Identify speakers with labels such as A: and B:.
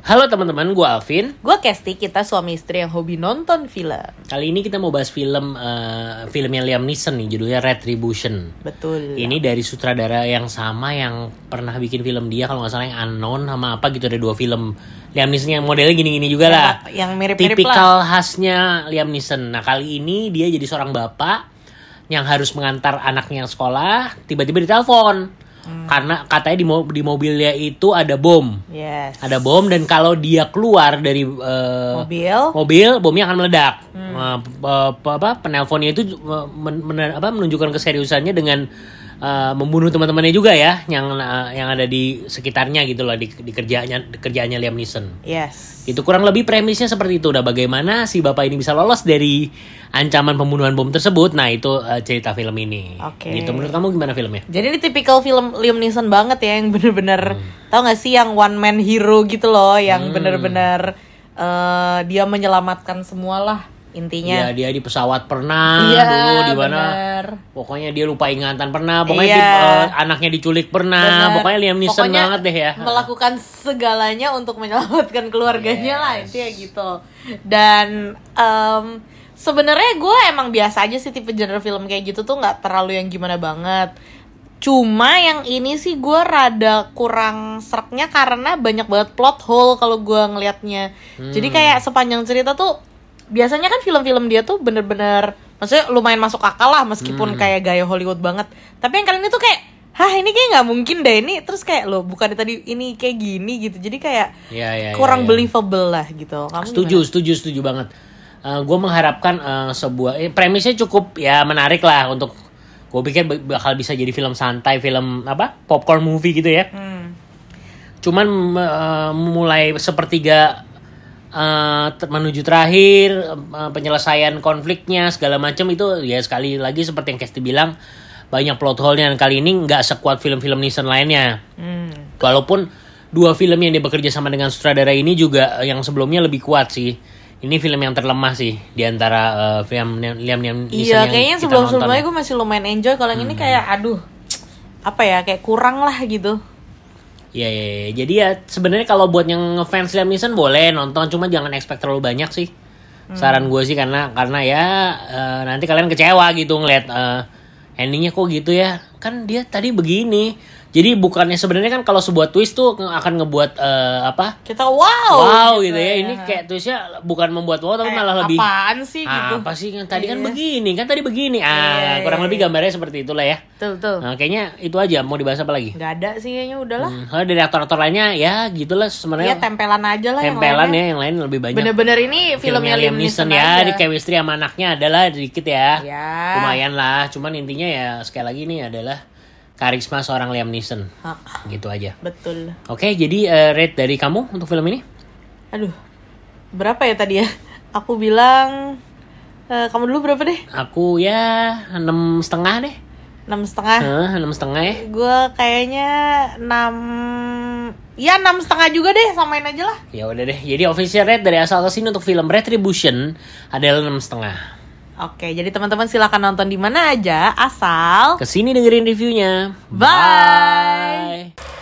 A: Halo teman-teman, gue Alvin.
B: Gue Kesti, kita suami istri yang hobi nonton film.
A: Kali ini kita mau bahas film eh, filmnya Liam Neeson nih, judulnya Retribution.
B: Betul.
A: Ini dari sutradara yang sama yang pernah bikin film dia kalau nggak salah yang Unknown sama apa gitu ada dua film Liam Neeson yang modelnya gini-gini juga lah.
B: yang mirip-mirip lah.
A: Tipikal khasnya Liam Neeson. Nah kali ini dia jadi seorang bapak yang harus mengantar anaknya yang sekolah, tiba-tiba ditelepon karena katanya di, mo- di mobilnya itu ada bom.
B: Yes.
A: Ada bom dan kalau dia keluar dari eh,
B: mobil.
A: mobil bomnya akan meledak.
B: Hmm.
A: Nah, pe- pe- pe- apa penelponnya itu eh, men- men- apa menunjukkan keseriusannya dengan eh, membunuh teman-temannya juga ya yang eh, yang ada di sekitarnya gitu loh di, di kerjaannya di kerjaannya Liam Neeson.
B: Yes.
A: Itu kurang lebih premisnya seperti itu. Nah, bagaimana si bapak ini bisa lolos dari ancaman pembunuhan bom tersebut? Nah, itu eh, cerita film ini.
B: Oke.
A: Gitu menurut kamu gimana filmnya?
B: Jadi ini tipikal film Liam Neeson banget ya yang bener-bener
A: Hmm.
B: tau gak sih yang one man hero gitu loh yang bener-bener eh, dia menyelamatkan semualah intinya.
A: Ya, dia di pesawat pernah
B: Iya,
A: dulu di mana
B: bener.
A: Pokoknya dia lupa ingatan pernah, pokoknya
B: Iya.
A: di- eh, anaknya diculik pernah,
B: Bener.
A: Nah, pokoknya Liam Neeson
B: Pokoknya
A: banget deh ya.
B: Melakukan segalanya untuk menyelamatkan keluarganya
A: Iya.
B: lah itu ya gitu. Dan em, sebenarnya gue emang biasa aja sih tipe genre film kayak gitu tuh nggak terlalu yang gimana banget. Cuma yang ini sih gue rada kurang seraknya karena banyak banget plot hole kalau gue ngelihatnya. Jadi kayak sepanjang cerita tuh biasanya kan film-film dia tuh bener-bener maksudnya lumayan masuk akal lah meskipun kayak gaya Hollywood banget. Tapi yang kali ini tuh kayak Hah ini kayak nggak mungkin deh ini terus kayak loh bukan tadi ini kayak gini gitu jadi kayak
A: Ya, ya, ya, ya.
B: kurang believable lah gitu kamu
A: Setuju, setuju, setuju banget. gue mengharapkan eh, sebuah eh, premisnya cukup ya menarik lah untuk gue pikir bak- bakal bisa jadi film santai, film apa popcorn movie gitu ya.
B: gimana? Hmm.
A: Cuman eh, mulai sepertiga eh, ter- menuju terakhir eh, penyelesaian konfliknya segala macam itu ya sekali lagi seperti yang Kesti bilang banyak plot hole-nya dan kali ini nggak sekuat film-film Neeson lainnya.
B: Hmm.
A: Walaupun dua film yang dia bekerja sama dengan sutradara ini juga eh, yang sebelumnya lebih kuat sih. Ini film yang terlemah sih di antara eh, film Liam Liam Neeson
B: iya
A: yang
B: kayaknya
A: kita
B: sebelum sebelumnya
A: nonton. Hmm.
B: gue masih lumayan enjoy kalau yang ini kayak aduh apa ya kayak kurang lah gitu
A: Iya, iya, iya. Jadi ya sebenarnya kalau buat yang fans Liam Neeson boleh nonton, cuma jangan expect terlalu banyak sih.
B: Hmm.
A: Saran gue sih karena karena ya eh, nanti kalian kecewa gitu ngeliat eh, endingnya kok gitu ya. Kan dia tadi begini. Jadi bukannya sebenarnya kan kalau sebuah twist tuh akan ngebuat eh, apa?
B: kita wow
A: wow gitu ya. Ini kayak tulisnya bukan membuat wow tapi
B: Kayak,
A: malah lebih
B: apaan sih gitu Iya,
A: "Ah, apa sih kan tadi kan begini kan tadi begini ah kurang lebih gambarnya seperti itulah ya
B: tuh tuh
A: nah, kayaknya itu aja mau dibahas apa lagi
B: nggak ada sih kayaknya udahlah
A: hmm, kalau dari aktor-aktor lainnya ya gitulah
B: ya
A: sebenarnya
B: tempelan aja lah yang
A: tempelan
B: lainnya.
A: ya yang lain lebih banyak
B: bener-bener ini filmnya Liam Neeson
A: ya
B: aja.
A: di chemistry sama anaknya adalah dikit ya
B: Ya.
A: lumayan lah cuman intinya ya sekali lagi ini adalah karisma seorang Liam Neeson
B: Ah,
A: gitu aja
B: betul
A: oke jadi eh, rate dari kamu untuk film ini
B: Aduh, berapa ya tadi ya? Aku bilang, eh, kamu dulu berapa deh?
A: aku ya enam setengah deh
B: Enam setengah.
A: Hah, enam setengah ya
B: Gue kayaknya enam, ya enam setengah juga deh, samain aja lah.
A: Ya udah deh. Jadi official rate dari asal ke sini untuk film Retribution adalah enam setengah.
B: Oke, jadi teman-teman silahkan nonton di mana aja, asal
A: Kesini dengerin reviewnya.
B: Bye.
A: Bye.